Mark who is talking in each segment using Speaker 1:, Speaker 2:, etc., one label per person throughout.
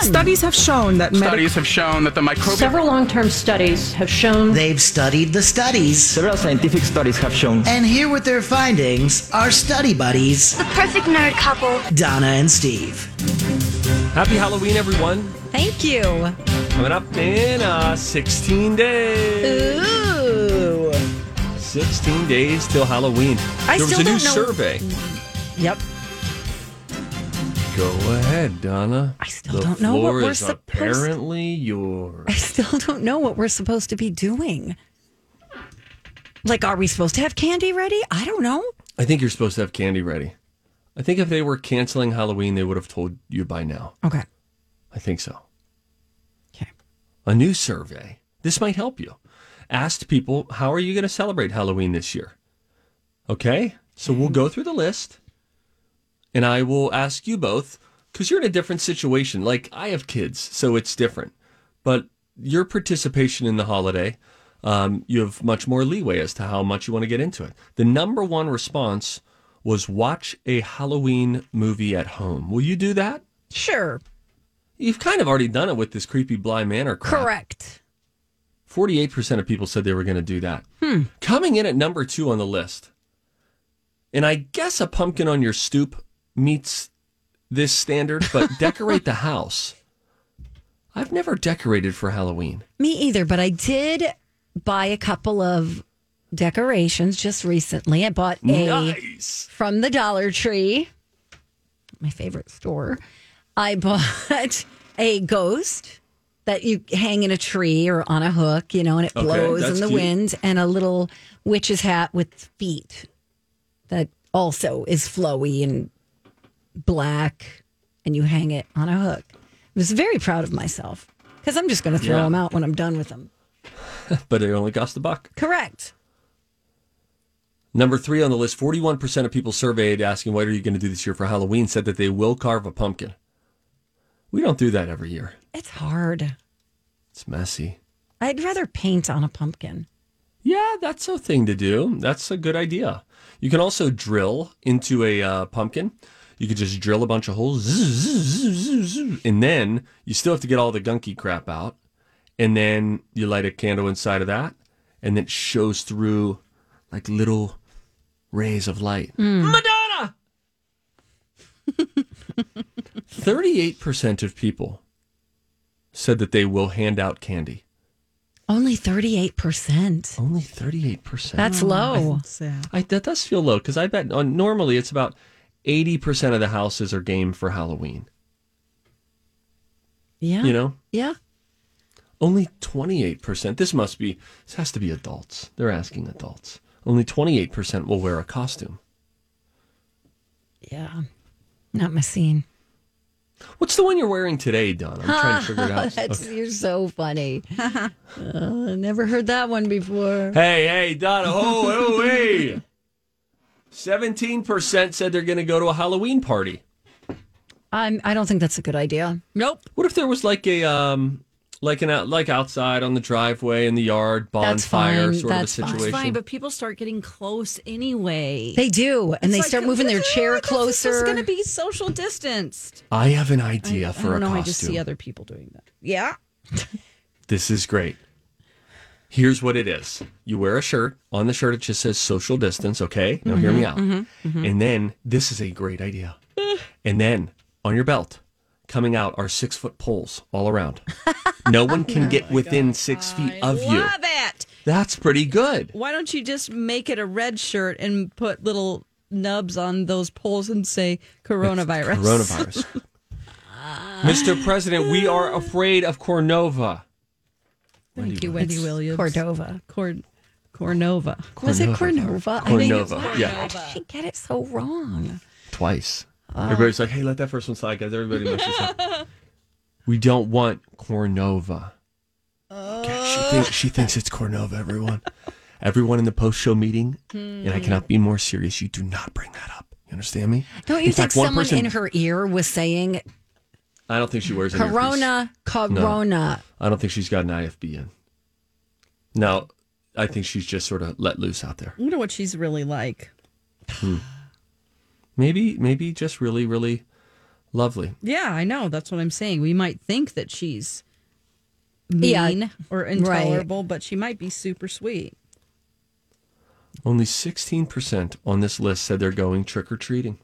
Speaker 1: Studies have shown that medi-
Speaker 2: Studies have shown that the microbial
Speaker 3: Several long term studies have shown
Speaker 4: They've studied the studies.
Speaker 5: Several scientific studies have shown
Speaker 4: And here with their findings are study buddies,
Speaker 6: The perfect nerd couple.
Speaker 4: Donna and Steve.
Speaker 7: Happy Halloween, everyone.
Speaker 8: Thank you.
Speaker 7: Coming up in uh, 16 days.
Speaker 8: Ooh.
Speaker 7: 16 days till Halloween.
Speaker 8: I
Speaker 7: there was
Speaker 8: still
Speaker 7: a new
Speaker 8: don't know-
Speaker 7: survey.
Speaker 8: Yep.
Speaker 7: Go ahead, Donna.
Speaker 8: I still
Speaker 7: the
Speaker 8: don't know what
Speaker 7: floor
Speaker 8: we're
Speaker 7: is
Speaker 8: supposed-
Speaker 7: apparently yours.
Speaker 8: I still don't know what we're supposed to be doing. Like, are we supposed to have candy ready? I don't know.
Speaker 7: I think you're supposed to have candy ready. I think if they were canceling Halloween, they would have told you by now.
Speaker 8: Okay.
Speaker 7: I think so.
Speaker 8: Okay.
Speaker 7: A new survey. This might help you. Asked people, how are you going to celebrate Halloween this year? Okay. So we'll go through the list and I will ask you both because you're in a different situation. Like I have kids, so it's different. But your participation in the holiday, um, you have much more leeway as to how much you want to get into it. The number one response was watch a Halloween movie at home. Will you do that?
Speaker 8: Sure.
Speaker 7: You've kind of already done it with this creepy blind manor crap.
Speaker 8: Correct.
Speaker 7: 48% of people said they were going to do that. Coming in at number two on the list. And I guess a pumpkin on your stoop meets this standard, but decorate the house. I've never decorated for Halloween.
Speaker 8: Me either, but I did buy a couple of decorations just recently. I bought a
Speaker 7: Nice.
Speaker 8: from the Dollar Tree, my favorite store. I bought a ghost that you hang in a tree or on a hook, you know, and it
Speaker 7: Okay,
Speaker 8: blows
Speaker 7: that's
Speaker 8: in the
Speaker 7: cute.
Speaker 8: wind, and a little witch's hat with feet that also is flowy and black, and you hang it on a hook. I was very proud of myself because I'm just going to throw
Speaker 7: Yeah.
Speaker 8: them out when I'm done with them.
Speaker 7: But it only cost a buck.
Speaker 8: Correct.
Speaker 7: Number three on the list 41% of people surveyed asking, What are you going to do this year for Halloween? said that they will carve a pumpkin. We don't do that every year,
Speaker 8: It's hard.
Speaker 7: it's messy.
Speaker 8: I'd rather paint on a pumpkin.
Speaker 7: Yeah, that's a thing to do. That's a good idea. You can also drill into a uh, pumpkin. You could just drill a bunch of holes, zzz, zzz, zzz, zzz, zzz, and then you still have to get all the gunky crap out. And then you light a candle inside of that, and it shows through like little rays of light. Madonna! 38% of people said that they will hand out candy.
Speaker 8: Only 38%.
Speaker 7: Only 38%.
Speaker 8: That's low.
Speaker 7: I, that does feel low because I bet on, normally it's about 80% of the houses are game for Halloween.
Speaker 8: Yeah.
Speaker 7: You know,
Speaker 8: Yeah.
Speaker 7: only 28%. This must be, this has to be adults. They're asking adults. Only 28% will wear a costume.
Speaker 8: Yeah. Not my scene.
Speaker 7: What's the one you're wearing today, Don? I'm trying to figure it out.
Speaker 8: That's,
Speaker 7: Okay.
Speaker 8: You're so funny. Uh, never heard that one before.
Speaker 7: Hey, hey, Donna. Oh, oh, hey. 17% said they're going to go to a Halloween party.
Speaker 8: I'm, I don't think that's a good idea. Nope.
Speaker 7: What if there was like a um like an out like outside on the driveway in the yard
Speaker 8: That's
Speaker 7: bonfire
Speaker 8: fine.
Speaker 7: sort
Speaker 8: That's
Speaker 7: of a
Speaker 8: fine.
Speaker 7: situation?
Speaker 8: That's
Speaker 9: fine, but people start getting close anyway.
Speaker 8: They do. And they
Speaker 9: It's
Speaker 8: start
Speaker 9: like,
Speaker 8: moving their
Speaker 9: "Ugh,
Speaker 8: chair
Speaker 9: this is
Speaker 8: closer.
Speaker 9: going to be social distanced.
Speaker 7: I have an idea for
Speaker 9: I don't
Speaker 7: a
Speaker 9: know.
Speaker 7: costume.
Speaker 9: Oh, I just see other people doing that. Yeah.
Speaker 7: This is great. Here's what it is. You wear a shirt. On the shirt, it just says social distance, okay? Now,
Speaker 9: Mm-hmm,
Speaker 7: hear me out. And then, this is a great idea. and then, on your belt, coming out are six foot poles all around. No one
Speaker 9: Oh
Speaker 7: can get within six feet of you.
Speaker 9: Love it.
Speaker 7: That's pretty good.
Speaker 9: Why don't you just make it a red shirt and put little nubs on those poles and say coronavirus?
Speaker 7: Coronavirus. Mr. President, we are afraid of Cornova.
Speaker 9: Thank you, Wendy Williams.
Speaker 8: Cordova.
Speaker 9: Cord- Cornova.
Speaker 8: Was it Cordova? I think it's
Speaker 7: Cornova, yeah.
Speaker 8: Cordova. She get it so wrong.
Speaker 7: Twice.
Speaker 8: Ah.
Speaker 7: Everybody's like, hey, let that first one slide, guys. Everybody messes up. We don't want Cornova.
Speaker 8: Oh.
Speaker 7: Okay, she, think, she thinks it's Cornova, everyone. everyone in the post show meeting, and I cannot be more serious. You do not bring that up. You understand me?
Speaker 8: Don't you
Speaker 7: In
Speaker 8: think
Speaker 7: fact, one
Speaker 8: someone
Speaker 7: person-
Speaker 8: in her ear was saying
Speaker 7: I don't think she wears an earpiece.
Speaker 8: Corona, Corona?
Speaker 7: I don't think she's got an IFB in. No, I think she's just sort of let loose out there.
Speaker 9: I wonder what she's really like.
Speaker 7: Maybe, maybe just really, really lovely.
Speaker 9: Yeah, I know. That's what I'm saying. We might think that she's mean
Speaker 8: Yeah,
Speaker 9: or intolerable, but she might be super sweet.
Speaker 7: Only 16% on this list said they're going trick or treating.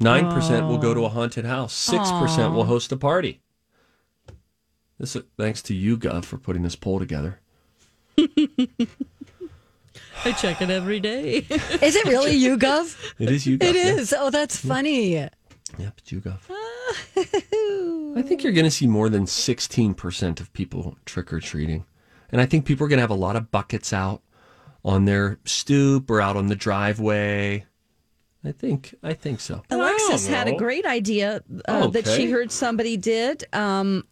Speaker 7: 9% will go to a haunted house. 6% will host a party. This is thanks to you, Gov, for putting this poll together.
Speaker 9: I check it every day.
Speaker 8: Is it really you, Gov?
Speaker 7: It is you, Gov.
Speaker 8: It
Speaker 7: yeah.
Speaker 8: is. Oh, that's funny.
Speaker 7: Yep, it's you, Gov. I think you're going to see more than 16% of people trick or treating. And I think people are going to have a lot of buckets out on their stoop or out on the driveway. I think, I think so.
Speaker 9: Alexis had a great idea uh, that
Speaker 7: Okay.
Speaker 9: she heard somebody did. Um,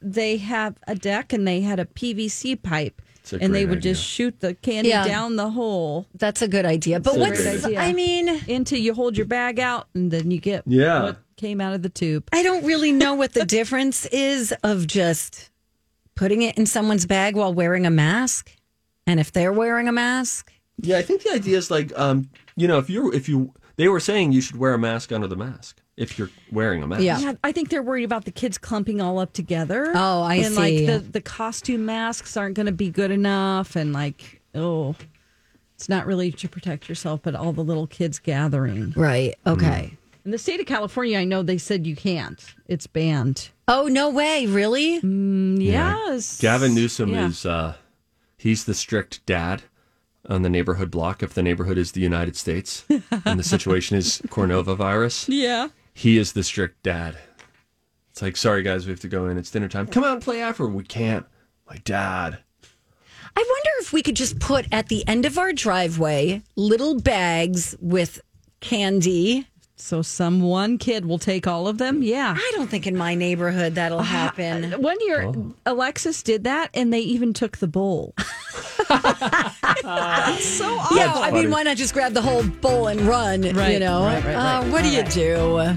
Speaker 9: they have a deck and they had a PVC pipe,
Speaker 7: It's a
Speaker 9: and they
Speaker 7: great
Speaker 9: would
Speaker 7: idea.
Speaker 9: just shoot the candy
Speaker 8: Yeah.
Speaker 9: down the hole
Speaker 8: That's a good idea. But
Speaker 7: a
Speaker 8: what's,
Speaker 7: great
Speaker 9: idea.
Speaker 8: I mean,
Speaker 9: until you hold your bag out, and then you get
Speaker 7: Yeah.
Speaker 9: what came out of the tube.
Speaker 8: I don't really know what the difference is of just putting it in someone's bag while wearing a mask. And if they're wearing a mask,
Speaker 7: Yeah, I think the idea is like, um, you know, if you're, if you, they were saying you should wear a mask under the mask if you're wearing a mask.
Speaker 8: Yeah.
Speaker 9: Yeah, I think they're worried about the kids clumping all up together.
Speaker 8: Oh, I
Speaker 9: and
Speaker 8: see.
Speaker 9: like the the costume masks aren't going to be good enough, and like oh, it's not really to protect yourself, but all the little kids gathering.
Speaker 8: right? Okay.
Speaker 9: In the state of California, I know they said you can't. It's banned.
Speaker 8: Oh, no way. Really?
Speaker 9: Yes.
Speaker 7: Gavin Newsom
Speaker 9: Yeah.
Speaker 7: is, uh, he's the strict dad on the neighborhood block. If the neighborhood is the United States and the situation is Cornova virus,
Speaker 9: Yeah.
Speaker 7: he is the strict dad. It's like, sorry guys, we have to go in. It's dinner time. Come out and play after. We can't. My dad.
Speaker 8: I wonder if we could just put at the end of our driveway little bags with candy.
Speaker 9: So some one kid will take all of them. Yeah.
Speaker 8: I don't think in my neighborhood that'll happen.
Speaker 9: One year,
Speaker 8: Oh.
Speaker 9: Alexis did that, and they even took the bowl. so awful.
Speaker 8: Yeah, I mean, why not just grab the whole bowl and run? You
Speaker 9: Right,
Speaker 8: know,
Speaker 9: right, right, right.
Speaker 8: Uh, what do you do?